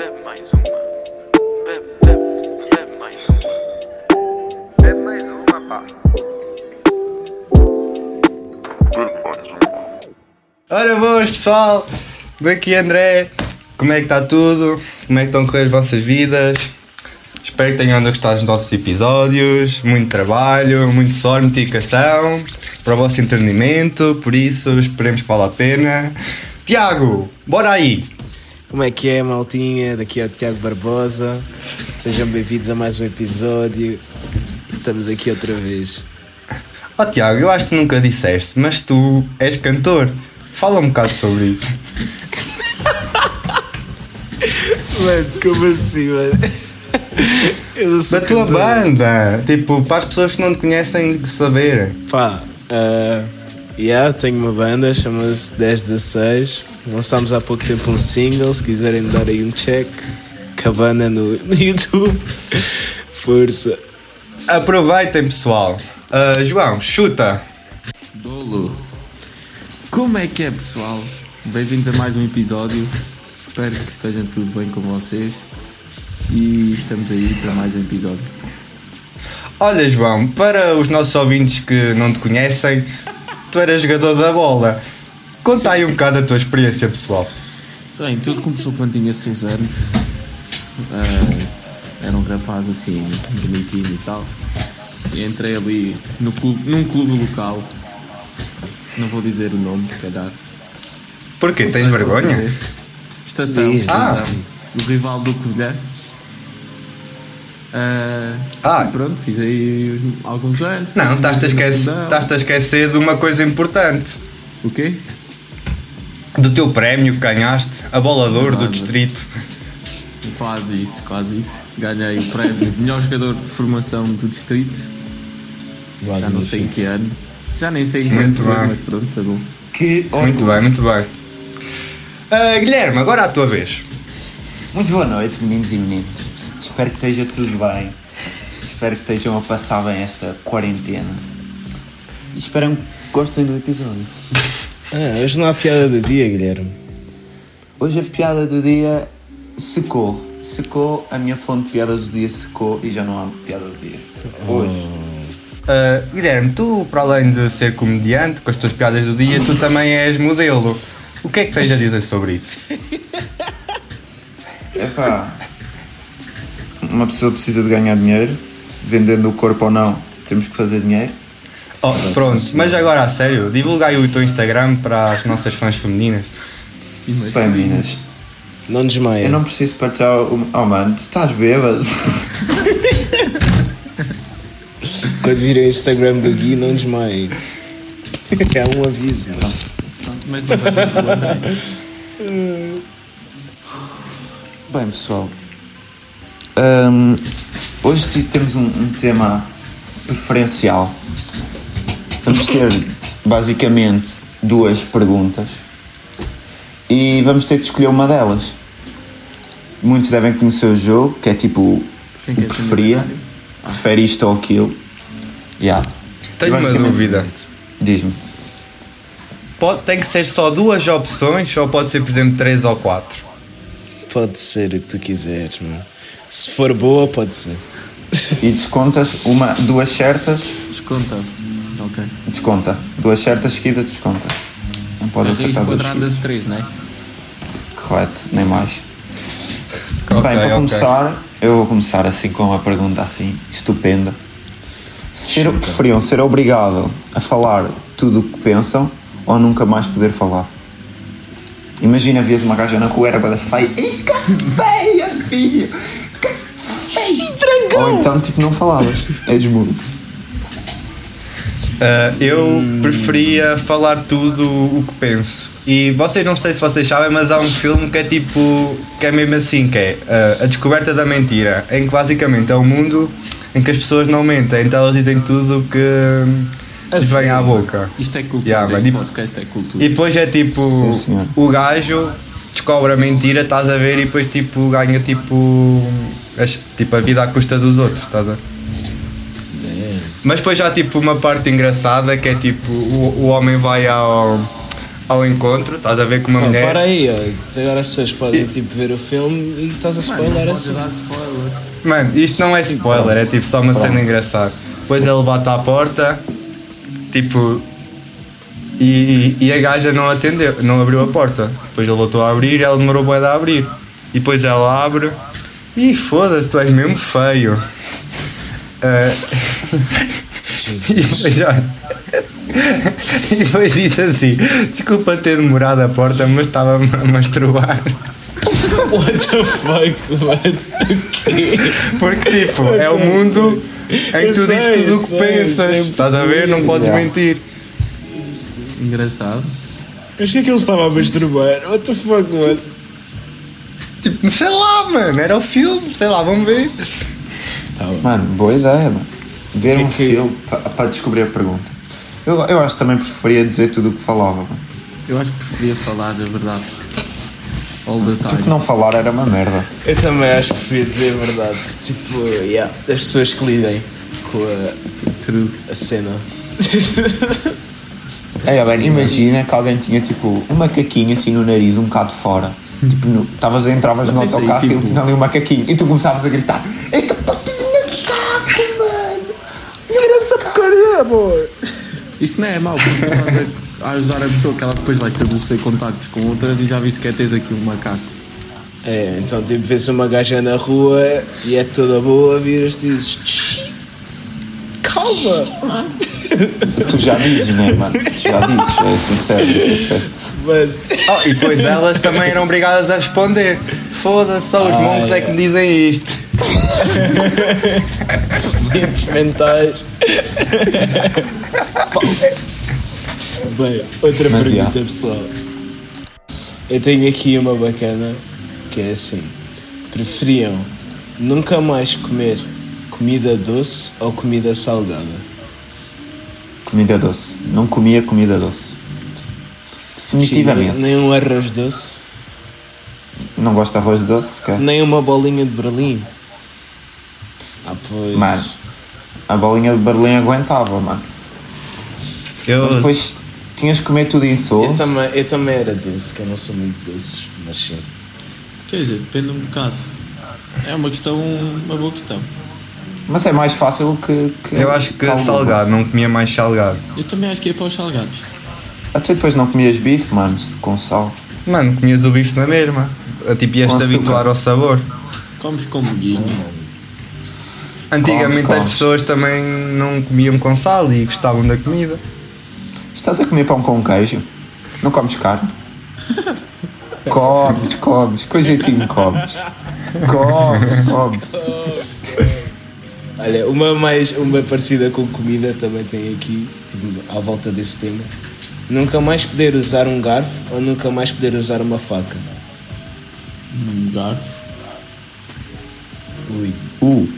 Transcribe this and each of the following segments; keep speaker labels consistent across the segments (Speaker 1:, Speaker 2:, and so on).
Speaker 1: É mais uma. Bebe, bebe, bebe mais uma. Bebe É mais uma, pá.
Speaker 2: Ora boas pessoal, daqui é André, como é que está tudo? Como é que estão a correr as vossas vidas? Espero que tenham gostado dos nossos episódios, muito trabalho, muito suor, muita dedicação, para o vosso entendimento, por isso esperemos que vale a pena. Tiago, bora aí!
Speaker 3: Como é que é, maltinha? Daqui é o Tiago Barbosa. Sejam bem-vindos a mais um episódio. Estamos aqui outra vez.
Speaker 2: Ó Tiago, eu acho que nunca disseste, mas tu és cantor, fala um bocado sobre isso.
Speaker 3: Mano, como assim, mano? Eu não sou
Speaker 2: Da tua
Speaker 3: cantor.
Speaker 2: banda, tipo, para as pessoas que não te conhecem saberem.
Speaker 3: Pá, uh, yeah, tenho uma banda, chama-se 1016. Lançámos há pouco tempo um single, se quiserem dar aí um check. Cabana no, no YouTube. Força.
Speaker 2: Aproveitem, pessoal. Ah, João, chuta.
Speaker 4: Bolo! Como é que é, pessoal? Bem-vindos a mais um episódio. Espero que esteja tudo bem com vocês. E estamos aí para mais um episódio.
Speaker 2: Olha, João, para os nossos ouvintes que não te conhecem, tu eras jogador da bola. Conta aí um bocado a tua experiência pessoal.
Speaker 4: Bem, tudo começou quando tinha 6 anos. Ah, era um rapaz assim, bonitinho e tal. E entrei ali no clube, num clube local. Não vou dizer o nome, se calhar.
Speaker 2: Porquê?
Speaker 4: Não
Speaker 2: Tens
Speaker 4: sei, posso
Speaker 2: vergonha? Ah.
Speaker 4: dizer. Estação,
Speaker 3: Diz.
Speaker 4: estação. O rival do Covilhã. Ah,
Speaker 2: Ah.
Speaker 4: e Pronto, fiz aí os- alguns anos.
Speaker 2: Não,
Speaker 4: fiz
Speaker 2: estás-te a,
Speaker 4: um
Speaker 2: esquecer,
Speaker 4: fundão.
Speaker 2: estás-te a esquecer de uma coisa importante.
Speaker 4: O quê?
Speaker 2: Do teu prémio que ganhaste, a bola de ouro do
Speaker 4: Nada.
Speaker 2: distrito.
Speaker 4: Quase isso, quase isso. Ganhei o prémio de melhor jogador de formação do distrito. Já não sei em que ano. Já nem sei em que ano
Speaker 2: Muito
Speaker 4: foi,
Speaker 2: bem.
Speaker 4: mas pronto, está bom.
Speaker 5: Que
Speaker 2: Muito
Speaker 5: orgulho.
Speaker 2: bem, muito bem. Ah, Guilherme, agora à tua vez.
Speaker 5: Muito boa noite, meninos e meninas. Espero que esteja tudo bem. Espero que estejam a passar bem esta quarentena. E espero que gostem do episódio.
Speaker 3: Ah, hoje não há piada do dia, Guilherme.
Speaker 5: Hoje a piada do dia secou. Secou, a minha fonte de piada do dia secou e já não há piada do dia. Hoje.
Speaker 2: Ah, Guilherme, tu, para além de ser comediante, com as tuas piadas do dia, tu também és modelo. O que é que tens a dizer sobre isso?
Speaker 5: Epá. Uma pessoa precisa de ganhar dinheiro, vendendo o corpo ou não, temos que fazer dinheiro.
Speaker 2: Oh, pronto, mas agora a sério, divulga aí o teu Instagram para as nossas fãs femininas.
Speaker 4: Imagina.
Speaker 5: Bem, meninas,
Speaker 3: Não desmaia.
Speaker 5: eu não preciso partilhar o. Oh mano, tu estás bêbado?
Speaker 3: Quando virem o Instagram do Gui, não desmaiem. É um aviso, mano.
Speaker 4: Mas não vais encontrar.
Speaker 5: Bem, pessoal, hum, hoje ti- temos um, um tema preferencial. Vamos ter basicamente duas perguntas e vamos ter de escolher uma delas. Muitos devem conhecer o jogo, que é tipo
Speaker 4: Quem
Speaker 5: o
Speaker 4: quer ser
Speaker 5: preferia,
Speaker 4: milionário? Ah.
Speaker 5: prefere isto ou aquilo. Yeah.
Speaker 2: Tenho uma
Speaker 5: Basicamente-
Speaker 2: dúvida.
Speaker 5: Diz-me.
Speaker 2: Pode, tem que ser só duas opções ou pode ser, por exemplo, três ou quatro?
Speaker 3: Pode ser o que tu quiseres, mano. Se for boa, pode ser.
Speaker 5: E descontas uma, duas certas,
Speaker 4: Desconta. Ok.
Speaker 5: desconta. Duas certas seguidas, desconta. Não pode
Speaker 4: Mas raiz
Speaker 3: tá
Speaker 5: acertar duas
Speaker 4: quadrada
Speaker 5: seguidas.
Speaker 4: de 3, não é?
Speaker 5: Correto, nem mais.
Speaker 2: Ok,
Speaker 5: Bem, para
Speaker 2: ok.
Speaker 5: começar, eu vou começar assim com uma pergunta assim, estupenda. Ser, preferiam ser obrigado a falar tudo o que pensam ou nunca mais poder falar? Imagina, vias uma gaja na rua, era bada feia. Ih, que feia, filho! Que feia! Ou então, tipo, não falavas. És mudo.
Speaker 2: Ah, eu preferia falar tudo o que penso. E vocês não sei se vocês sabem, mas há um filme que é tipo. que é mesmo assim, que é ah, A Descoberta da Mentira, em que basicamente é um mundo em que as pessoas não mentem, então elas dizem tudo o que hum, lhes vem à boca.
Speaker 4: Isto é cultura.
Speaker 2: Yeah, mas
Speaker 4: este
Speaker 2: tipo-
Speaker 4: podcast é cultura.
Speaker 2: E depois é tipo,
Speaker 5: Sim, senhor.
Speaker 2: o gajo descobre a mentira, estás a ver, e depois tipo ganha tipo, as- tipo a vida à custa dos outros, estás a ver? é, Mas depois já há tipo uma parte engraçada que é tipo, o, o homem vai ao, ao encontro, estás a ver
Speaker 4: É.
Speaker 2: com uma
Speaker 3: Oh,
Speaker 2: mulher.
Speaker 3: para aí, ó. agora as pessoas podem tipo, ver o filme e estás a spoiler
Speaker 4: Mano,
Speaker 3: assim.
Speaker 4: podes dar spoiler.
Speaker 2: Mano, isto não é spoiler, é tipo só uma cena engraçada. Depois ele bate à porta, tipo. E, e a gaja não atendeu, não abriu a porta. Depois ele voltou a abrir e ela demorou bué a abrir. E depois ela abre. Ih, foda-se, tu és mesmo feio. Ah, e depois, olha, e depois disse assim: Desculpa ter demorado a porta, mas estava-me a masturbar.
Speaker 3: What the fuck, mano?
Speaker 2: Porque, tipo, é o mundo em que
Speaker 3: Eu
Speaker 2: tu
Speaker 3: sei,
Speaker 2: dizes tudo
Speaker 3: eu
Speaker 2: o que
Speaker 3: sei, eu
Speaker 2: pensas.
Speaker 3: sei,
Speaker 2: Estás a ver? Não podes
Speaker 5: Yeah.
Speaker 2: mentir.
Speaker 4: Engraçado.
Speaker 3: Mas o que é que ele estava a masturbar? What the fuck, mano?
Speaker 2: Tipo, sei lá, mano. Era o filme, sei lá, vamos ver.
Speaker 5: Mano, boa ideia, mano. Ver
Speaker 3: Que
Speaker 5: um
Speaker 3: que-
Speaker 5: filme para descobrir a pergunta. Eu, eu acho que também preferia dizer tudo o que falava, mano.
Speaker 4: Eu acho que preferia falar a verdade. All the
Speaker 5: Porque
Speaker 4: time.
Speaker 5: não falar era uma merda.
Speaker 3: Eu também acho que preferia dizer a verdade. Tipo, yeah, as pessoas que lidem com a,
Speaker 4: True.
Speaker 3: a cena.
Speaker 5: É, mano, imagina que alguém tinha tipo um macaquinho assim no nariz, um bocado fora. Tipo, no- estavas a entravas no
Speaker 4: Mas isso aí,
Speaker 5: autocarro e ele
Speaker 4: tipo-
Speaker 5: tinha ali um macaquinho. E tu começavas a gritar: Eita puta de macaco, mano! Não era essa porcaria, amor!
Speaker 4: Isso não é mau, porque tu estás a- a ajudar a pessoa que ela depois vai estabelecer contactos com outras e já viste que é tens aqui um macaco.
Speaker 3: É, então tipo, vês uma gaja na rua e é toda boa, viras-te e dizes. "Tch, Calma!
Speaker 5: Tu já dizes, né, mano? Tu já dizes, é sincero nesse aspecto.
Speaker 3: Mano,
Speaker 2: Oh, e depois elas também eram obrigadas a responder. Foda-se, só os
Speaker 3: Ah,
Speaker 2: monks é que me dizem isto.
Speaker 3: deficientes mentais. Bem, outra
Speaker 5: Mas,
Speaker 3: pergunta
Speaker 5: já.
Speaker 3: pessoal. Eu tenho aqui uma bacana que é assim: preferiam nunca mais comer comida doce ou comida salgada?
Speaker 5: Comida doce. Não comia comida doce. Definitivamente.
Speaker 3: Sim, Nem nem um arroz doce,
Speaker 5: Não gosto de arroz doce, cara.
Speaker 3: nem uma bolinha de Berlim. Ah, pois.
Speaker 5: Mano, a bolinha de Berlim aguentava, mano.
Speaker 2: Eu,
Speaker 5: Mas depois tinhas que comer tudo em
Speaker 3: eu,
Speaker 5: solos.
Speaker 3: também, eu também era doce, que eu não sou muito doce, mas sim.
Speaker 4: Quer dizer, depende um bocado. É uma questão, uma boa questão.
Speaker 5: Mas é mais fácil que. que
Speaker 2: eu acho que
Speaker 5: alguma.
Speaker 2: salgado, não comia mais salgado.
Speaker 4: Eu também acho que é para os salgados.
Speaker 5: Até depois não comias bife, mano, se- com sal.
Speaker 2: Mano, comias o bife na mesma. Tipo,
Speaker 5: Com
Speaker 2: ias-te
Speaker 5: açúcar.
Speaker 2: habituar ao sabor.
Speaker 4: Comes com molhinho.
Speaker 2: Antigamente
Speaker 5: comes.
Speaker 2: as pessoas também não comiam com sal e gostavam da comida.
Speaker 5: Estás a comer pão com queijo? Não comes carne? comes, comes. Com jeitinho comes. Comes, comes.
Speaker 3: Olha, uma mais uma parecida com comida também tem aqui, tipo, à volta desse tema. Nunca mais poder usar um garfo ou nunca mais poder usar uma faca.
Speaker 4: Um garfo.
Speaker 3: Ui.
Speaker 5: Uh,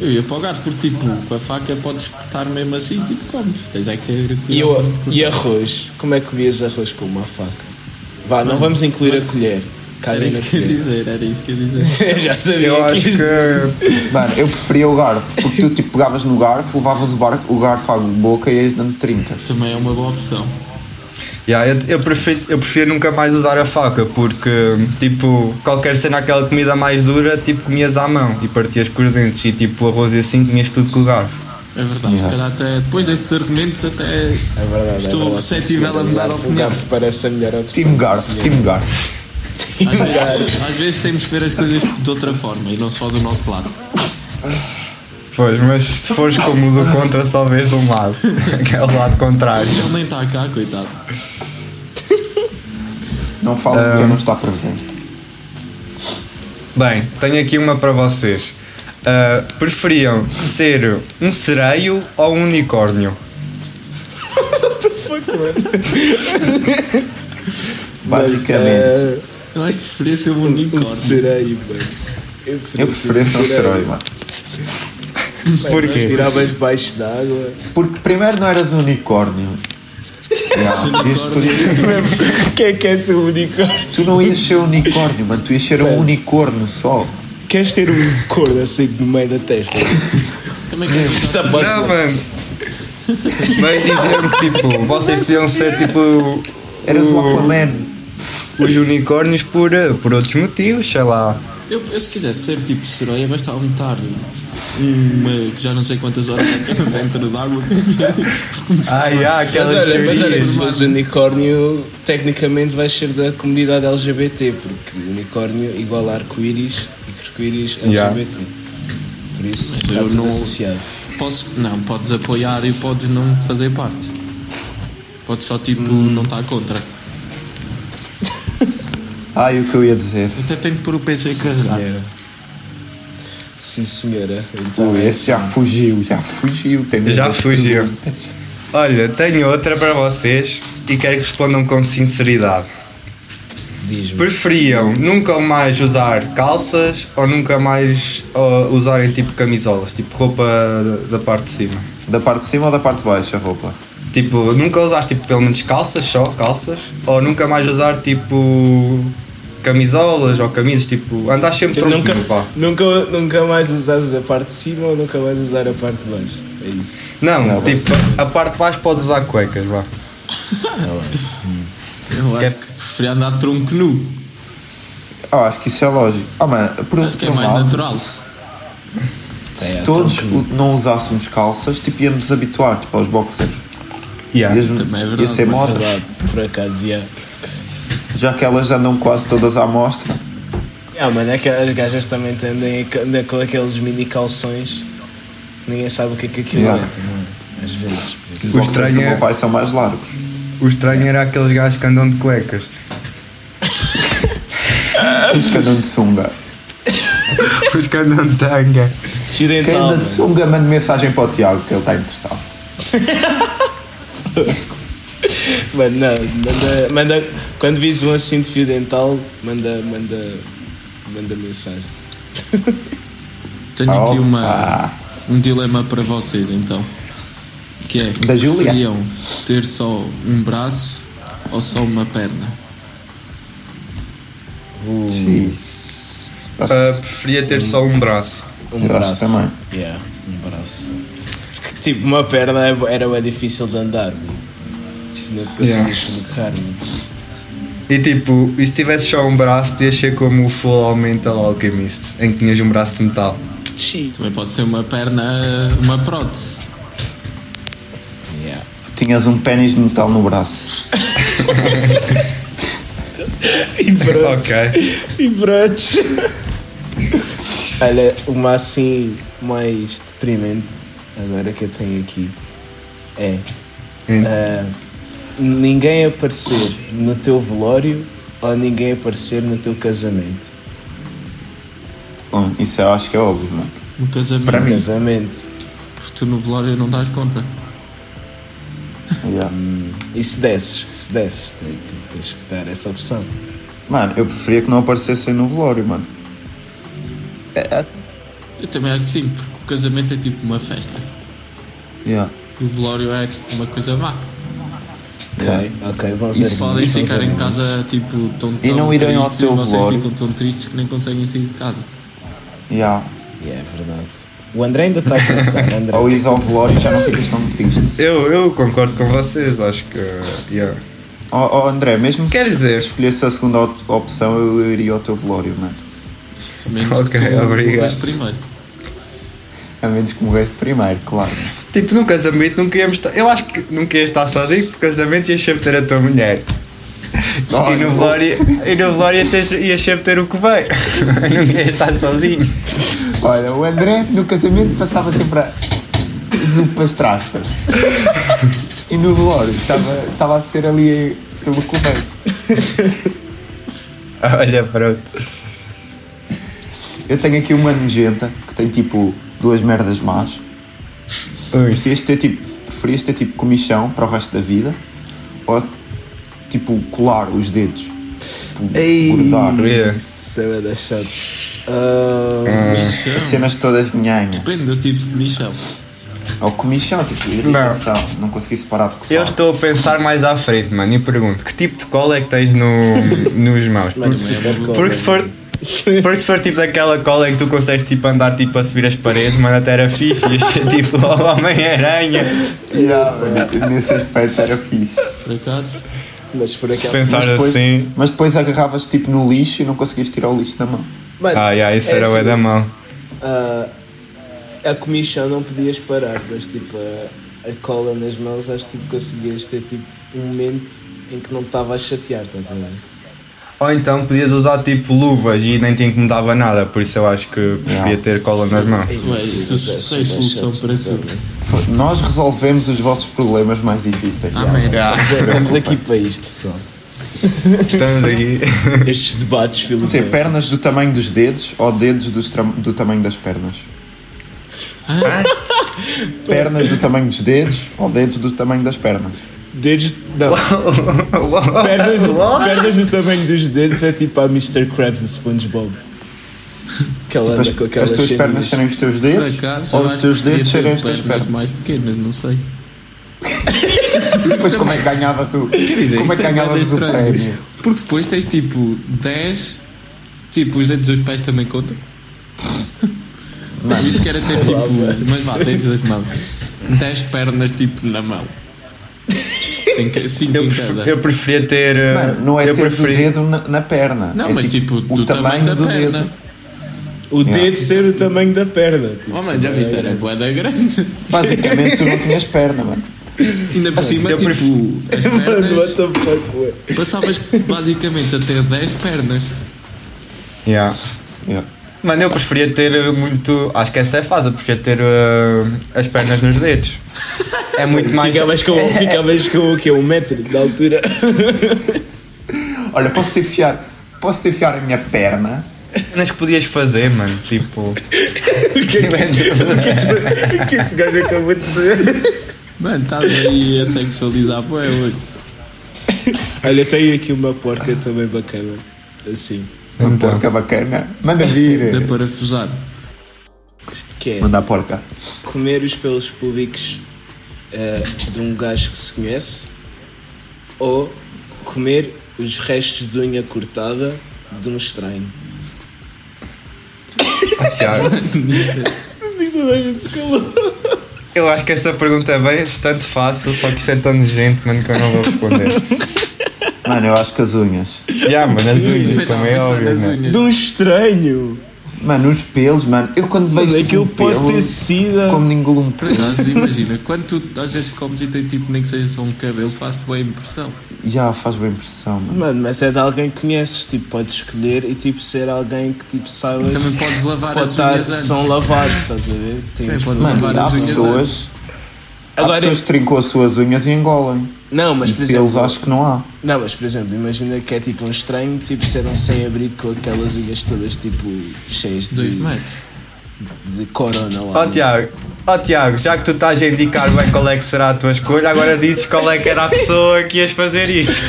Speaker 4: Eu ia para o garfo, porque tipo, com a faca podes espetar mesmo assim e tipo, comes. Tens é que ter cuidado.
Speaker 3: E, eu, e arroz? Como é que comias arroz com uma faca? Vá, não vamos incluir a colher.
Speaker 4: Era
Speaker 3: Caguem na
Speaker 4: isso que eu ia
Speaker 3: colher.
Speaker 4: dizer, era isso que eu ia dizer.
Speaker 3: Eu já sabia
Speaker 2: Eu
Speaker 3: é que
Speaker 2: acho
Speaker 3: isto-
Speaker 2: que.
Speaker 5: mano, eu preferia o garfo. Porque tu tipo pegavas no garfo, levavas o, barco, o garfo à boca e ias dando trincas.
Speaker 4: Também é uma boa opção.
Speaker 2: Yeah, eu, eu, prefiro, eu prefiro nunca mais usar a faca porque, tipo, qualquer cena, aquela comida mais dura, tipo, comias à mão e partias com os dentes e, tipo, o arroz e assim, tinhas tudo com o garfo.
Speaker 4: É verdade, se
Speaker 5: Yeah.
Speaker 4: calhar até depois destes argumentos até
Speaker 3: É verdade, é
Speaker 4: estou
Speaker 3: verdade, sim,
Speaker 4: suscetível
Speaker 3: senhora,
Speaker 4: a
Speaker 3: o
Speaker 4: mudar a
Speaker 3: garfo-
Speaker 4: opinião.
Speaker 3: O Um garfo parece a melhor opção.
Speaker 5: Time
Speaker 3: sim,
Speaker 5: garfo,
Speaker 3: senhora.
Speaker 5: time garfo.
Speaker 4: Às vezes, às vezes temos que ver as coisas de outra forma e não só do nosso lado.
Speaker 2: Pois, mas se fores como o do contra, só vês um lado, que é o lado contrário.
Speaker 4: Ele nem está cá, coitado.
Speaker 5: Não falo porque
Speaker 2: Um,
Speaker 5: eu não está presente.
Speaker 2: Bem, tenho aqui uma para vocês. Ah, preferiam ser um sereio ou um unicórnio? é,
Speaker 5: Basicamente.
Speaker 3: Eh,
Speaker 4: Eu acho que preferia ser um
Speaker 3: um
Speaker 4: unicórnio.
Speaker 3: sereio, mano. Eu
Speaker 5: Eu preferia ser um sereio, mano.
Speaker 2: Porquê?
Speaker 3: Respiravas baixo d'água.
Speaker 5: Porque primeiro não eras um unicórnio. Yeah, ias poder-
Speaker 4: é
Speaker 3: Quem quer ser um unicórnio?
Speaker 5: tu não ias ser um unicórnio, mano, tu ias ser
Speaker 2: É.
Speaker 5: um unicorno só.
Speaker 3: Queres ter um corno assim no meio da testa?
Speaker 4: Também quero ficar
Speaker 2: Não, mano. Mas diziam que tipo, vocês podiam ser tipo
Speaker 5: Eras o Aquaman.
Speaker 2: os unicórnios por, eh, por outros motivos, sei lá.
Speaker 4: Eu, eu se quisesse ser tipo sereia, bastava me estar uma, já não sei quantas horas é dentro d'água.
Speaker 2: Ai, ah,
Speaker 3: Mas
Speaker 2: aquelas
Speaker 3: olha, mas olha,
Speaker 2: teorias.
Speaker 3: se fosse unicórnio, tecnicamente vais ser da comunidade LGBT, porque unicórnio igual a arco-íris e arco-íris
Speaker 2: Yeah.
Speaker 3: LGBT. Por isso
Speaker 4: Mas
Speaker 3: está
Speaker 4: eu
Speaker 3: tudo
Speaker 4: não-
Speaker 3: associado.
Speaker 4: Posso, não, podes apoiar e podes não fazer parte. Podes só tipo não estar contra.
Speaker 5: Ai, o que eu ia dizer.
Speaker 4: Até tenho que pôr o PC a carregar.
Speaker 3: Sim, senhora. Então,
Speaker 5: Ui, Uh, esse já fugiu, já fugiu. Tem
Speaker 2: Já
Speaker 5: duas
Speaker 2: fugiu.
Speaker 5: perguntas.
Speaker 2: Olha, tenho outra para vocês e quero que respondam com sinceridade.
Speaker 3: diz-me.
Speaker 2: Preferiam nunca mais usar calças ou nunca mais ó, usarem tipo camisolas, tipo roupa da parte de cima?
Speaker 5: Da parte de cima ou da parte de baixo a roupa?
Speaker 2: Tipo, nunca usaste tipo, pelo menos calças, só calças, ou nunca mais usar tipo camisolas ou camisas, tipo, andas sempre
Speaker 3: Tipo,
Speaker 2: tronco
Speaker 3: nunca,
Speaker 2: nu, pá.
Speaker 3: nunca, nunca mais usares a parte de cima ou nunca mais usar a parte de baixo. É isso.
Speaker 2: Não,
Speaker 5: Não,
Speaker 2: tipo, a parte de baixo podes usar cuecas, vá.
Speaker 4: Eu acho que preferia andar de tronco nu.
Speaker 5: Ah, acho que isso é lógico. Ah, mano, por,
Speaker 4: Acho que é
Speaker 5: por um
Speaker 4: mais
Speaker 5: lado,
Speaker 4: natural. É, então,
Speaker 5: Se, se todos u- não usássemos calças, tipo, íamos nos habituar, tipo, aos boxers.
Speaker 2: Yeah.
Speaker 5: Ias-
Speaker 4: também é
Speaker 5: ia
Speaker 4: verdade,
Speaker 5: ser
Speaker 4: mas
Speaker 5: moda.
Speaker 3: Verdade, por acaso, yeah.
Speaker 5: Já que elas andam quase todas à mostra.
Speaker 3: Ah, mano, é que as gajas também tendem a andam com aqueles mini calções. Ninguém sabe o que é que aquilo
Speaker 5: Yeah. Uhum.
Speaker 3: é. também, Às vezes. por
Speaker 5: Os
Speaker 3: isso.
Speaker 2: O
Speaker 5: boxers do
Speaker 2: estranho é-
Speaker 5: meu pai são mais largos.
Speaker 2: O estranho era aqueles gajos que andam de cuecas.
Speaker 5: Os que andam de sunga.
Speaker 2: Os que andam de tanga.
Speaker 3: Fio
Speaker 5: Quem
Speaker 3: dental.
Speaker 5: anda de
Speaker 3: mano.
Speaker 5: sunga, manda mensagem para o Tiago, que ele está interessado.
Speaker 3: Mano, não, manda, manda. Quando vis um assim de fio dental, manda. manda. manda mensagem.
Speaker 4: Tenho aqui uma,
Speaker 5: Opa.
Speaker 4: um dilema para vocês então. Que é
Speaker 5: Da Júlia.
Speaker 4: preferiam ter só um braço ou só uma perna?
Speaker 5: Sim. Acho que
Speaker 2: Ah,
Speaker 5: isso-
Speaker 2: preferia ter só um braço.
Speaker 3: Um
Speaker 5: Eu acho
Speaker 3: braço.
Speaker 5: também.
Speaker 3: Yeah, um braço. Que tipo, uma perna é- era bem difícil de andar, mano. Tipo, não te conseguias colocar, mano.
Speaker 2: E tipo, e se tivesse só um braço, podias ser como o Full Mental Alchemist, em que tinhas um braço de metal.
Speaker 3: Cheat.
Speaker 4: Também pode ser uma perna, uma prótese.
Speaker 3: Yeah.
Speaker 5: Tinhas um pênis de metal no braço.
Speaker 3: E pronto.
Speaker 2: Ok.
Speaker 3: E brotes. Olha, uma assim mais deprimente, agora que eu tenho aqui, é.
Speaker 2: Hum.
Speaker 3: ah, ninguém aparecer no teu velório ou ninguém aparecer no teu casamento.
Speaker 5: Bom, isso eu acho que é óbvio, mano.
Speaker 4: No um casamento.
Speaker 3: No Casamento.
Speaker 4: Porque tu no velório não dás conta.
Speaker 5: Yeah.
Speaker 3: E se desses, se desses, tu- tu tens que dar essa opção.
Speaker 5: Mano, eu preferia que não aparecessem no velório, mano.
Speaker 4: Eu também acho que sim, porque o casamento é tipo uma festa.
Speaker 5: Yeah.
Speaker 4: E o velório é tipo uma coisa má.
Speaker 5: Yeah.
Speaker 3: Ok, é? ok, vamos
Speaker 5: E
Speaker 3: ver.
Speaker 5: se
Speaker 4: Podem
Speaker 3: vamos
Speaker 4: ficar
Speaker 3: ver.
Speaker 4: em casa tipo tão, tão
Speaker 5: E não irem ao
Speaker 4: tristes,
Speaker 5: teu
Speaker 4: vocês
Speaker 5: velório.
Speaker 4: ficam tão tristes que nem conseguem sair de casa.
Speaker 5: Yeah.
Speaker 3: Yeah, é verdade. O André ainda está a pensar. André,
Speaker 5: Ao ires ao velório já não ficas tão triste.
Speaker 2: Eu, eu concordo com vocês, acho que. yeah.
Speaker 5: Oh, oh, André, mesmo
Speaker 2: Quer
Speaker 5: se
Speaker 2: dizer-
Speaker 5: escolhesse a segunda op- opção, eu, eu iria ao teu velório, mano.
Speaker 4: Menos
Speaker 2: Ok,
Speaker 4: que tu
Speaker 2: obrigado.
Speaker 4: morres primeiro.
Speaker 5: A menos que morresse primeiro, claro.
Speaker 2: Tipo, num casamento nunca íamos estar. Eu acho que nunca ias estar sozinho, porque casamento ias sempre ter a tua mulher. e no velório, e no velório ias ter- ias sempre ter o que veio. nunca ias estar sozinho.
Speaker 5: Olha, o André no casamento passava sempre a zupas traspas. E no velório estava- estava a ser ali pelo correio.
Speaker 2: Olha, pronto.
Speaker 5: Eu tenho aqui uma nojenta que tem tipo duas merdas más.
Speaker 2: Ui.
Speaker 5: Preferias ter tipo, preferias ter tipo comichão para o resto da vida ou tipo colar os dedos? Tipo,
Speaker 3: Ei,
Speaker 5: Bordar.
Speaker 2: Yeah.
Speaker 3: isso é bué da chato. Ah,
Speaker 5: As cenas todas de nhanha.
Speaker 4: Depende do tipo de michão.
Speaker 5: Ou comichão, tipo irritação. Não, consegui separar de coçar.
Speaker 2: Eu estou a pensar mais à frente, mano, e pergunto: que tipo de cola é que tens no, nos mãos?
Speaker 3: Mano,
Speaker 2: Porque,
Speaker 3: super cola,
Speaker 2: porque se for. Porque se for tipo daquela cola em que tu consegues tipo andar tipo a subir as paredes, mano, até era fixe, ias ser tipo o Homem-Aranha.
Speaker 5: Yeah, mano, nesse aspecto era fixe.
Speaker 4: Por acaso,
Speaker 3: Mas por
Speaker 2: Se
Speaker 3: aquela.
Speaker 2: pensar
Speaker 5: Mas depois,
Speaker 2: assim.
Speaker 5: mas depois agarravas tipo no lixo e não conseguias tirar o lixo da mão.
Speaker 3: Mano,
Speaker 2: Ah, yeah, isso
Speaker 3: é
Speaker 2: era o
Speaker 3: assim,
Speaker 2: da mão.
Speaker 3: ah, a comichão não podias parar, mas tipo, a, a cola nas mãos acho que tipo, conseguias ter tipo, um momento em que não te estava a chatear, estás a ver?
Speaker 2: Ou então podias usar tipo luvas e nem te incomodava nada, por isso eu acho que devia ter cola nas mãos.
Speaker 4: Tu, és- tu tens solução para tudo.
Speaker 5: Nós resolvemos os vossos problemas mais difíceis.
Speaker 4: Amém.
Speaker 2: Já,
Speaker 3: Estamos aqui para isto, pessoal.
Speaker 2: estamos aqui.
Speaker 3: Estes debates
Speaker 5: Quer dizer,
Speaker 3: filosóficos.
Speaker 5: pernas do tamanho dos dedos ou dedos dos tra- do tamanho das pernas?
Speaker 4: Ah.
Speaker 5: pernas do tamanho dos dedos ou dedos do tamanho das pernas?
Speaker 3: Dedos. Não. pernas, pernas do tamanho dos dedos é tipo a Mr. Krabs do SpongeBob. Que ela
Speaker 5: As,
Speaker 3: anda com aquelas
Speaker 5: as tuas pernas serem os teus
Speaker 4: Por
Speaker 5: dedos
Speaker 4: acaso,
Speaker 5: ou
Speaker 4: eu
Speaker 5: os
Speaker 4: acho
Speaker 5: teus
Speaker 4: que
Speaker 5: dedos
Speaker 4: devia um ter
Speaker 5: serem as tuas
Speaker 4: pernas
Speaker 5: pernas?
Speaker 4: mais pequenas, não sei.
Speaker 5: Depois como é que ganhavas o,
Speaker 4: dizer,
Speaker 5: como é
Speaker 4: isso
Speaker 5: que
Speaker 4: é nada
Speaker 5: ganhavas o
Speaker 4: estranho.
Speaker 5: prémio?
Speaker 4: Porque depois tens tipo 10. Tipo, os dedos dos pés também contam. Visto que era ter tipo. Mas vá, dedos das mãos. 10 pernas tipo na mão. Tem que, cinco
Speaker 2: Eu,
Speaker 4: em
Speaker 2: pref-
Speaker 4: cada.
Speaker 2: eu preferia ter. eh,
Speaker 5: Mano, não é
Speaker 2: eu
Speaker 5: teres o
Speaker 2: preferia-
Speaker 5: dedo na, na perna.
Speaker 4: Não,
Speaker 5: é
Speaker 4: mas tipo,
Speaker 5: o
Speaker 4: do tamanho da
Speaker 5: do
Speaker 4: perna.
Speaker 5: dedo.
Speaker 3: O dedo ser o tamanho da perna. Tipo,
Speaker 4: Oh, mano, já viste, era boeda grande.
Speaker 5: Basicamente tu não tinhas perna, mano.
Speaker 4: Ainda por cima,
Speaker 2: eu
Speaker 4: tipo, as
Speaker 3: Mano, what
Speaker 4: pernas.
Speaker 3: the fuck, ué.
Speaker 4: Passavas basicamente a ter 10 pernas.
Speaker 2: Yeah.
Speaker 5: Yeah.
Speaker 2: Mano, eu preferia ter eh, muito. Acho que essa é fácil, eu preferia ter eh, as pernas nos dedos. É muito mais.
Speaker 3: Ficavas com, ficavas com o quê? Um metro de altura?
Speaker 5: Olha, posso te enfiar, posso te enfiar a minha perna?
Speaker 2: cenas que podias fazer, mano. Tipo.
Speaker 3: que esse gajo acabou de dizer?
Speaker 4: Mano, estás aí a sexualizar, pô, é hoje.
Speaker 3: Olha, tenho aqui uma porca também bacana. Assim.
Speaker 5: Uma porca bacana. Manda vir.
Speaker 4: Até parafusar.
Speaker 3: Que é
Speaker 5: Manda a porca.
Speaker 3: comer os pelos públicos eh, de um gajo que se conhece ou comer os restos de unha cortada de um estranho.
Speaker 2: Tiago. Eu acho que essa pergunta é bem tanto fácil, só que isso é tão nojento, mano, que eu não vou responder.
Speaker 5: Mano, eu acho que as unhas.
Speaker 2: Já, mano, as unhas,
Speaker 4: Estava
Speaker 2: como
Speaker 4: a
Speaker 2: é
Speaker 4: pensar
Speaker 2: óbvio,
Speaker 4: nas
Speaker 2: né?
Speaker 4: unhas.
Speaker 3: De um estranho!
Speaker 5: Mano, os pelos, mano. Eu quando vejo
Speaker 3: Mano, é
Speaker 5: tipo,
Speaker 3: aquilo
Speaker 5: um pelo,
Speaker 3: pode ter sido.
Speaker 5: como engulo um
Speaker 4: Por acaso, imagina, quando tu às vezes comes e tem tipo, nem que seja só um cabelo, faz-te bem a impressão.
Speaker 5: Já faz bem impressão, mano.
Speaker 3: Mano, mas é de alguém que conheces, tipo, podes escolher e tipo ser alguém que tipo saibas.
Speaker 4: Também podes lavar
Speaker 3: pode
Speaker 4: as
Speaker 3: estar,
Speaker 4: unhas antes.
Speaker 3: são lavados, estás a ver? Tens-
Speaker 4: Também podes lavar
Speaker 5: Mano, há
Speaker 3: é
Speaker 4: as unhas antes.
Speaker 5: pessoas. tipo Há
Speaker 3: Agora-
Speaker 5: pessoas que trincam as suas unhas e engolem.
Speaker 3: Não, mas por exemplo.
Speaker 5: Pelos acho que não há.
Speaker 3: Não, mas por exemplo, imagina que é tipo um estranho, tipo ser um sem-abrigo com aquelas unhas todas tipo cheias de,
Speaker 4: Dois metros.
Speaker 3: de corona lá.
Speaker 2: Ó Tiago, ó Tiago, já que tu estás a indicar bem qual é que será a tua escolha, agora dizes qual é que era a pessoa que ias fazer isso.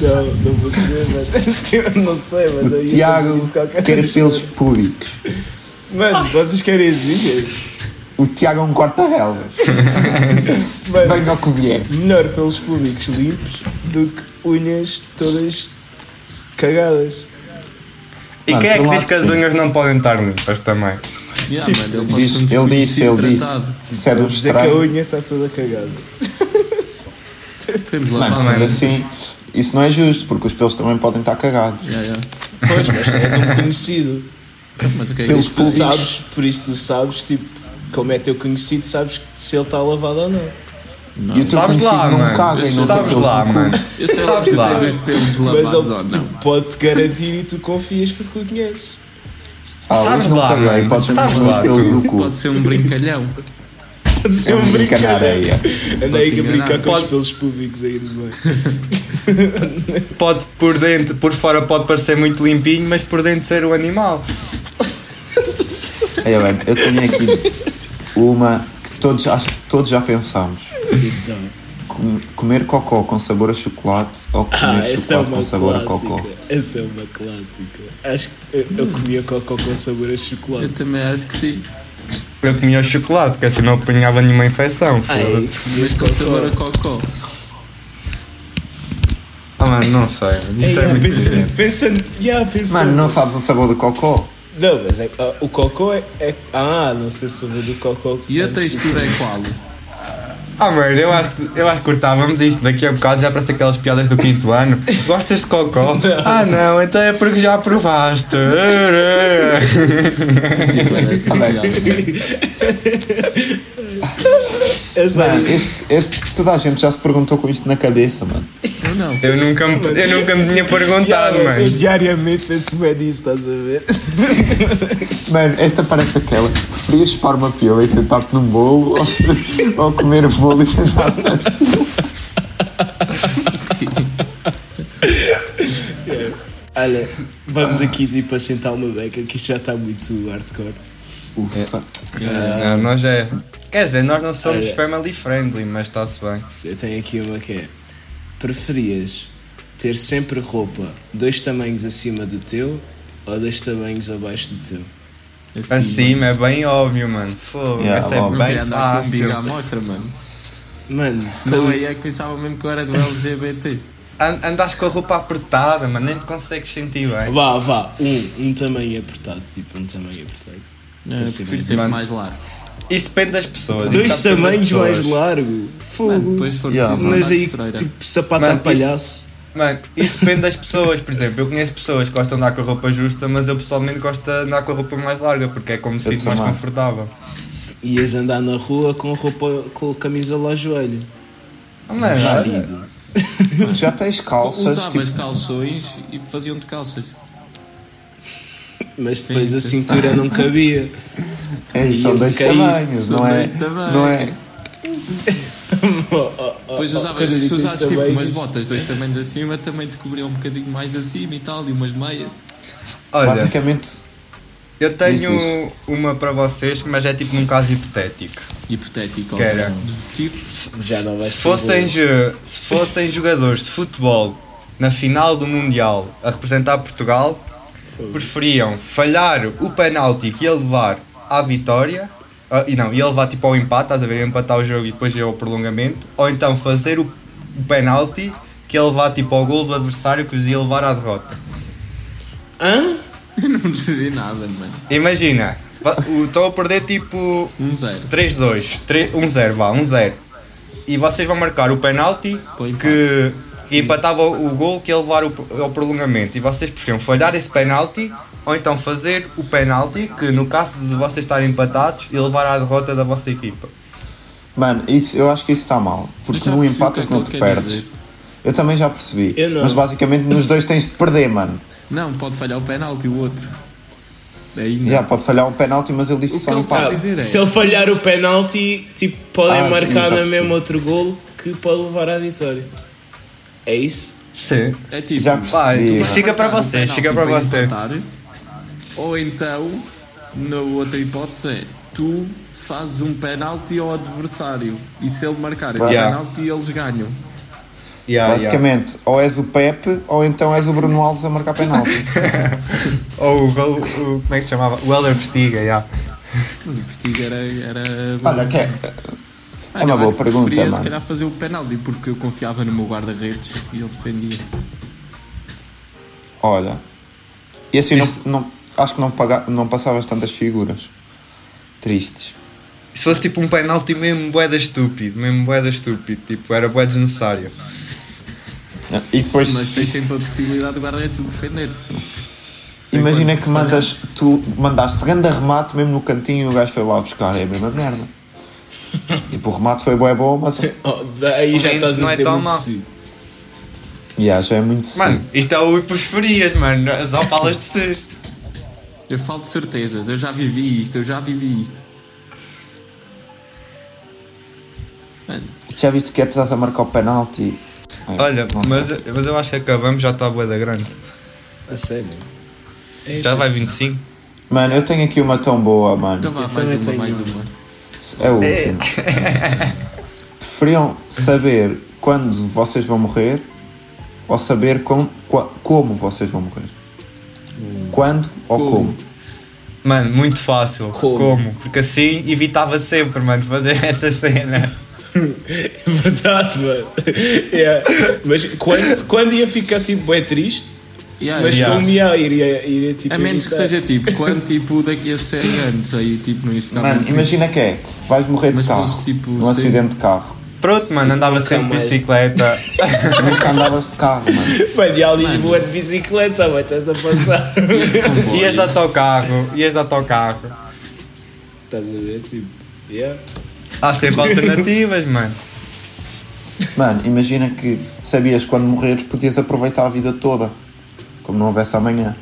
Speaker 3: Não, não vou dizer, mano. Eu não sei, mas eu ia
Speaker 5: O
Speaker 3: fazer
Speaker 5: Tiago
Speaker 3: isso de qualquer
Speaker 5: quer
Speaker 3: maneira.
Speaker 5: pelos públicos.
Speaker 3: Mano, vocês querem as unhas?
Speaker 5: O Tiago é um corta-relvas.
Speaker 3: Mano,
Speaker 5: Venha ao que vier.
Speaker 3: melhor pelos públicos limpos do que unhas todas cagadas.
Speaker 2: E
Speaker 5: Mano,
Speaker 2: quem é
Speaker 5: por
Speaker 2: que
Speaker 5: um
Speaker 2: diz
Speaker 5: lado,
Speaker 2: que as
Speaker 5: sim.
Speaker 2: unhas não podem estar limpas também?
Speaker 4: Yeah, mano, ele pode
Speaker 5: Diz-
Speaker 4: ser um
Speaker 5: ele disse,
Speaker 4: desconhecido
Speaker 5: ele
Speaker 4: tratado.
Speaker 5: disse. Isso é de um
Speaker 3: Vou dizer que a
Speaker 5: estranho.
Speaker 3: unha está toda cagada.
Speaker 4: Podemos
Speaker 5: Mano,
Speaker 3: Ah,
Speaker 4: lavar
Speaker 5: sendo
Speaker 4: mano.
Speaker 5: assim, isso não é justo, porque os pelos também podem estar cagados.
Speaker 4: Yeah, yeah.
Speaker 3: Pois, mas é de um conhecido.
Speaker 4: Mas o que é que
Speaker 5: Pelos
Speaker 4: isto-
Speaker 3: Tu
Speaker 5: públicos.
Speaker 3: sabes, por isso tu sabes, tipo, como é teu conhecido, sabes se ele está lavado ou não.
Speaker 5: E o teu
Speaker 2: Sabes
Speaker 5: conhecido
Speaker 2: lá,
Speaker 5: não
Speaker 2: mano.
Speaker 5: caga e não tem
Speaker 2: Sabes
Speaker 5: pelos
Speaker 2: lá,
Speaker 5: no cu.
Speaker 2: mano.
Speaker 4: Eu sei lá se tu
Speaker 2: Sabes
Speaker 4: tens os pelos
Speaker 3: Mas
Speaker 4: lavados ou
Speaker 3: ele tipo,
Speaker 4: não.
Speaker 3: pode-te garantir e tu confias porque o conheces.
Speaker 5: Ah, hoje
Speaker 2: Sabes
Speaker 5: não
Speaker 2: lá,
Speaker 5: caguei,
Speaker 2: mano.
Speaker 5: podes
Speaker 2: Sabes
Speaker 5: meter os
Speaker 2: lá.
Speaker 5: pelos no cu.
Speaker 4: Pode ser um brincalhão.
Speaker 3: Pode ser
Speaker 5: É um brincar na areia.
Speaker 3: Anda aí a brincar com os
Speaker 2: Pode-
Speaker 3: pelos públicos aí no meio.
Speaker 2: Pode por dentro, por fora pode parecer muito limpinho, mas por dentro ser um animal.
Speaker 5: Olha bem, eu tenho aqui uma que todos, acho que todos já pensámos.
Speaker 3: Então.
Speaker 5: Com- Comer cocó com sabor a chocolate ou comer
Speaker 3: Ah, essa é
Speaker 5: chocolate
Speaker 3: uma
Speaker 5: com sabor a
Speaker 3: clássica.
Speaker 5: cocó?
Speaker 3: Essa é uma clássica. Acho que eu, eu comia cocó com sabor a chocolate.
Speaker 4: Eu também acho que sim.
Speaker 2: Eu comia chocolate, porque assim não apanhava nenhuma infecção.
Speaker 3: Ai,
Speaker 2: foda-se.
Speaker 4: Mas com sabor a cocó.
Speaker 2: Ah, mano, não sei.
Speaker 3: Ei,
Speaker 2: Isto é
Speaker 3: ah,
Speaker 2: muito
Speaker 3: pensa-
Speaker 2: diferente.
Speaker 3: pensando, yeah, pensando.
Speaker 5: Mano, não sabes o sabor do cocó?
Speaker 3: Não, mas é, ah, o cocô é, é- Ah, não sei se saber do cocô.
Speaker 4: E a textura é qual?
Speaker 2: Ah, mano, eu acho, que- eu acho que cortávamos isto daqui a bocado, já parece aquelas piadas do quinto ano. Gostas de cocó? Ah, não, então é porque já provaste.
Speaker 4: Tipo, era assim, já.
Speaker 5: Mano, este, este, toda a gente já se perguntou com isto na cabeça, mano.
Speaker 4: Eu não.
Speaker 2: Eu nunca, me- eu nunca me tinha perguntado,
Speaker 3: Eu
Speaker 2: mano.
Speaker 3: diariamente penso bem nisso, estás a ver?
Speaker 5: Mano, esta parece aquela. Preferias chupar uma pila e sentar-te num bolo ou, se- ou comer um bolo e sentar-te na
Speaker 3: Olha, vamos aqui tipo assentar uma beca que isto já está muito hardcore.
Speaker 5: Ufa.
Speaker 2: Não, nós é. Quer dizer, nós não somos
Speaker 3: É.
Speaker 2: family friendly, mas está-se bem.
Speaker 3: Eu tenho aqui uma que é: preferias ter sempre roupa dois tamanhos acima do teu ou dois tamanhos abaixo do teu?
Speaker 5: Assim,
Speaker 2: Acima, é bem óbvio, mano. Fogo,
Speaker 5: Yeah,
Speaker 2: essa é
Speaker 5: óbvio.
Speaker 4: Assim,
Speaker 2: bem
Speaker 4: Não queria andar com um bigo à
Speaker 2: fácil.
Speaker 4: mostra, mano.
Speaker 3: Mano,
Speaker 4: Senão aí é que pensava mesmo que eu era do LGBT.
Speaker 3: Assim
Speaker 2: An- Andas com a roupa apertada, mano, nem te consegues sentir bem.
Speaker 3: vá, vá, um, um tamanho apertado, tipo um tamanho apertado.
Speaker 4: É,
Speaker 3: Assim,
Speaker 4: prefiro
Speaker 3: mano.
Speaker 4: ser
Speaker 2: Mano,
Speaker 4: mais largo.
Speaker 2: Isso depende das pessoas.
Speaker 3: Dois
Speaker 2: isso depende das
Speaker 3: tamanhos
Speaker 2: pessoas.
Speaker 3: mais largo?
Speaker 4: Mano,
Speaker 3: Fogo.
Speaker 4: depois se for
Speaker 5: Yeah,
Speaker 4: preciso
Speaker 3: Mas
Speaker 4: mandar
Speaker 3: aí,
Speaker 4: estreira.
Speaker 3: tipo, sapato
Speaker 2: Mano,
Speaker 3: a palhaço.
Speaker 2: Mano, isso depende das pessoas, por exemplo, eu conheço pessoas que gostam de andar com a roupa justa, mas eu pessoalmente gosto de andar com a roupa mais larga, porque é como me
Speaker 5: Eu
Speaker 2: sinto mais
Speaker 5: também.
Speaker 2: confortável.
Speaker 3: Ias andar na rua com roupa, com camisola ao joelho.
Speaker 2: Ah, mano, olha,
Speaker 3: Vestido.
Speaker 5: Já tens calças,
Speaker 4: Usavas
Speaker 5: tipo,
Speaker 4: calções e faziam-te calças.
Speaker 3: Mas depois
Speaker 4: Sim,
Speaker 3: a
Speaker 4: sim.
Speaker 3: cintura não cabia.
Speaker 5: é, são
Speaker 3: eu
Speaker 5: dois
Speaker 3: caí,
Speaker 5: tamanhos,
Speaker 4: são
Speaker 5: não é?
Speaker 4: dois tamanhos.
Speaker 5: Não é?
Speaker 3: Oh,
Speaker 4: Depois usavas, se usasses tipo umas botas dois tamanhos acima, também te cobriam um bocadinho mais acima e tal, e umas meias.
Speaker 2: olha,
Speaker 5: Basicamente,
Speaker 2: eu
Speaker 5: Diz, diz.
Speaker 2: tenho uma para vocês, mas é tipo num caso hipotético.
Speaker 4: Hipotético,
Speaker 2: Que era?
Speaker 4: ok. Do tipo,
Speaker 3: Já não vai
Speaker 2: Se
Speaker 3: ser
Speaker 2: fossem,
Speaker 3: bom.
Speaker 2: jo- se fossem jogadores de futebol na final do Mundial a representar Portugal, preferiam falhar o penalti que ia levar à vitória, ah, e não, ia levar tipo ao empate, estás a ver, ia empatar o jogo e depois ir ao prolongamento, ou então fazer o, o penalti que ia levar tipo ao gol do adversário que os ia levar à derrota.
Speaker 3: Hã?
Speaker 4: não percebi nada, mano.
Speaker 2: Imagina, va- o- estão a perder tipo
Speaker 4: Um zero.
Speaker 2: 3-2, 1-0, vá, 1-0. E vocês vão marcar o penalti
Speaker 4: Para o empate.
Speaker 2: que que empatava o gol que ia levar o- ao prolongamento. E vocês preferiam falhar esse penalti ou então fazer o penalti que, no caso de vocês estarem empatados, ia levar à derrota da vossa equipa.
Speaker 5: mano, isso, eu acho que isso está mal.
Speaker 4: Eu
Speaker 5: Porque
Speaker 4: já percebi o
Speaker 5: não
Speaker 4: que é
Speaker 5: empatas,
Speaker 4: que
Speaker 5: não
Speaker 4: ele
Speaker 5: te
Speaker 4: quer
Speaker 5: perdes.
Speaker 4: dizer.
Speaker 5: Eu também já percebi.
Speaker 3: Eu não.
Speaker 5: Mas basicamente nos dois tens de perder, mano.
Speaker 4: Não, pode falhar o penalti, o outro. É Aí não.
Speaker 5: Já pode falhar um penalti, mas ele
Speaker 4: O
Speaker 5: disse
Speaker 4: que
Speaker 5: só
Speaker 4: ele
Speaker 5: um
Speaker 4: está a
Speaker 5: empate.
Speaker 4: dizer é.
Speaker 3: Se ele falhar o penalti, tipo, podem
Speaker 5: Ah, sim,
Speaker 3: marcar
Speaker 5: já
Speaker 3: na
Speaker 5: percebi.
Speaker 3: mesma outro gol que pode levar à vitória. É isso?
Speaker 2: Sim.
Speaker 4: É tipo,
Speaker 5: Já
Speaker 2: Pá,
Speaker 5: Sim,
Speaker 2: tu-
Speaker 5: mano.
Speaker 2: fica para
Speaker 4: marcar um
Speaker 2: vocês,
Speaker 4: penalti
Speaker 2: fica para vocês.
Speaker 4: empatar, Ou então, na outra hipótese é, tu fazes um penalti ao adversário e se ele marcar esse
Speaker 2: Yeah.
Speaker 4: penalti eles ganham.
Speaker 2: Yeah, yeah.
Speaker 5: Basicamente, ou és o Pepe ou então és o Bruno Alves a marcar penalti.
Speaker 2: Ou o, Raul- o- como é que se chamava? O Helder Bestiga, yeah.
Speaker 4: Mas o Bestiga era... era
Speaker 5: Olha, que é,
Speaker 4: Mano,
Speaker 5: uma
Speaker 4: eu
Speaker 5: boa
Speaker 4: acho que
Speaker 5: pergunta,
Speaker 4: preferia, se
Speaker 5: mano.
Speaker 4: calhar fazer o penalti porque eu confiava no meu guarda-redes e ele defendia.
Speaker 5: olha. E assim, não, não- acho que não, paga, não passavas tantas figuras. Tristes.
Speaker 2: Se fosse tipo um penalti mesmo boeda estúpido, mesmo boeda estúpido, tipo, era boeda desnecessário.
Speaker 5: E depois,
Speaker 4: Mas tens sempre a possibilidade do guarda-redes de é defender.
Speaker 5: imagina
Speaker 4: enquanto
Speaker 5: que mandas, tu mandaste grande remate mesmo no cantinho e o gajo foi lá buscar. É a mesma merda. tipo, o remate foi bué bom, mas
Speaker 3: Oh, aí já
Speaker 2: Não é-
Speaker 3: estás
Speaker 2: não
Speaker 3: a
Speaker 2: é
Speaker 3: dizer
Speaker 2: tão
Speaker 3: muito
Speaker 2: mau.
Speaker 3: sim.
Speaker 5: yeah, já é muito
Speaker 2: Mano,
Speaker 5: sim.
Speaker 2: isto é o hipoforias, mano, só falas de seres.
Speaker 4: Eu falo de certezas, eu já vivi isto, eu já vivi isto. Mano,
Speaker 5: Já viste que é que estás a marcar o penalti? Ai,
Speaker 2: Olha,
Speaker 5: não sei.
Speaker 2: mas, mas eu acho que acabamos, já está a boeda grande.
Speaker 3: A sério.
Speaker 2: Já vai 25.
Speaker 5: Mano, eu tenho aqui uma tão boa, mano.
Speaker 4: então vá, mais
Speaker 3: também
Speaker 4: uma,
Speaker 3: tenho
Speaker 4: mais
Speaker 3: uma.
Speaker 4: uma.
Speaker 5: É o último. Preferiam saber quando vocês vão morrer ou saber com, qua- como vocês vão morrer? Quando ou como?
Speaker 4: Como?
Speaker 2: Mano, muito fácil.
Speaker 3: Como?
Speaker 2: Como? Porque assim evitava sempre, mano, fazer essa cena.
Speaker 3: Verdade, mano. Yeah. Mas quando, quando ia ficar tipo bem triste,
Speaker 4: Yeah,
Speaker 3: mas
Speaker 4: yeah.
Speaker 3: como ia, iria, iria tipo.
Speaker 4: A menos que
Speaker 3: evitar.
Speaker 4: seja tipo, quando tipo daqui a 100 anos, aí tipo não ias ficar
Speaker 5: Mano,
Speaker 4: muito-
Speaker 5: imagina que é, vais morrer de
Speaker 4: Mas
Speaker 5: carro,
Speaker 4: fosse tipo
Speaker 5: num
Speaker 4: cedo.
Speaker 5: acidente de carro.
Speaker 2: Pronto, mano, andava
Speaker 3: Nunca
Speaker 2: sempre de
Speaker 3: mais.
Speaker 2: bicicleta.
Speaker 5: Nunca andavas de carro, mano.
Speaker 3: Mano, e há Lisboa de bicicleta, mano, estás a passar.
Speaker 4: é um
Speaker 2: ias de autocarro, ias de autocarro.
Speaker 3: estás a ver? Tipo, yeah.
Speaker 2: Há sempre alternativas, mano.
Speaker 5: Mano, imagina que sabias que quando morreres podias aproveitar a vida toda. Como não houvesse amanhã.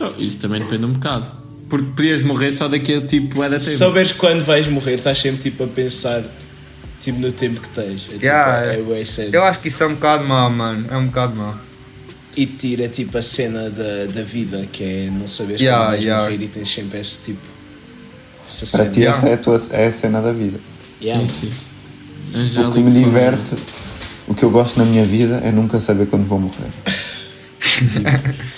Speaker 4: Oh, isso também depende um bocado. Porque podias morrer só daqui a tipo é da
Speaker 3: Se
Speaker 4: tempo.
Speaker 3: souberes quando vais morrer, estás sempre tipo a pensar tipo, no tempo que tens. É, tipo,
Speaker 2: Yeah.
Speaker 3: é bué sério.
Speaker 2: Eu acho que isso é um bocado mau, mano. É um bocado mau.
Speaker 3: E tira tipo a cena da, da vida, que é não saberes
Speaker 2: Yeah,
Speaker 3: quando vais
Speaker 2: yeah.
Speaker 3: morrer e tens sempre esse tipo. Essa
Speaker 5: Para
Speaker 3: cena.
Speaker 5: ti essa é a, tua, é a cena da vida.
Speaker 3: Yeah.
Speaker 4: Sim, sim.
Speaker 5: O
Speaker 4: Angélico
Speaker 5: que me
Speaker 4: Ferreira.
Speaker 5: diverte, o que eu gosto na minha vida é nunca saber quando vou morrer.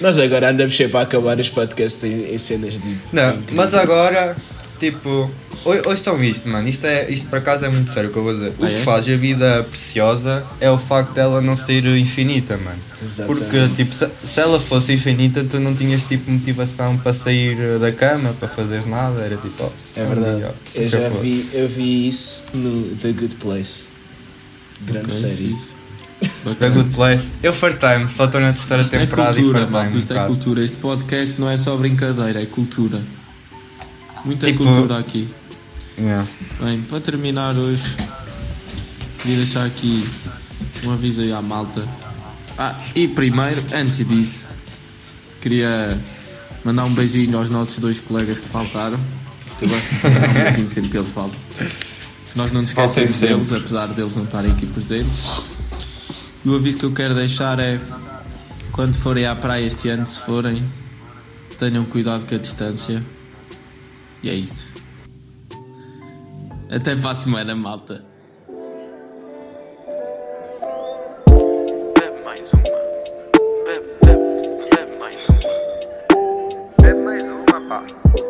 Speaker 3: Nós agora andamos sempre a acabar os podcasts em, em cenas de.
Speaker 2: Não, mas agora, tipo, ou- ouçam isto, mano. Isto, é, isto por acaso é muito sério o que eu vou dizer. O
Speaker 4: Ah,
Speaker 2: que
Speaker 4: é?
Speaker 2: faz a vida preciosa é o facto dela não ser infinita, mano.
Speaker 3: Exatamente.
Speaker 2: Porque, tipo, se, se ela fosse infinita, tu não tinhas, tipo, motivação para sair eh, da cama, para fazer nada. Era tipo, oh,
Speaker 3: É
Speaker 2: um
Speaker 3: verdade.
Speaker 2: dia,
Speaker 3: Eu
Speaker 2: que
Speaker 3: já
Speaker 2: for.
Speaker 3: vi, eu vi isso no The Good Place. Grande
Speaker 4: Ok,
Speaker 3: série.
Speaker 4: fixe.
Speaker 2: The
Speaker 4: Bacana.
Speaker 2: Good Place. Eu fartei-me, só estou na terceira
Speaker 4: Isto é
Speaker 2: temporada e
Speaker 4: cultura,
Speaker 2: fartei-me.
Speaker 4: mano. Isto
Speaker 2: um
Speaker 4: é
Speaker 2: bocado.
Speaker 4: cultura. Este podcast não é só brincadeira, é cultura. Muita
Speaker 2: Tipo-
Speaker 4: cultura aqui.
Speaker 2: Yeah.
Speaker 4: Bem, para terminar hoje, queria deixar aqui um aviso aí à malta. Ah, e primeiro, antes disso, queria mandar um beijinho aos nossos dois colegas que faltaram. Que eu gosto de mandar um beijinho sempre que eles faltam. Que nós não nos esquecemos
Speaker 5: Faltem
Speaker 4: deles, apesar deles não estarem aqui presentes. E o aviso que eu quero deixar é: quando forem à praia este ano, se forem, tenham cuidado com a distância. E é isso. Até para a semana, malta.
Speaker 1: Bebe É mais uma. É, Bebe, bebe, bebe É mais uma. Bebe mais uma, pá.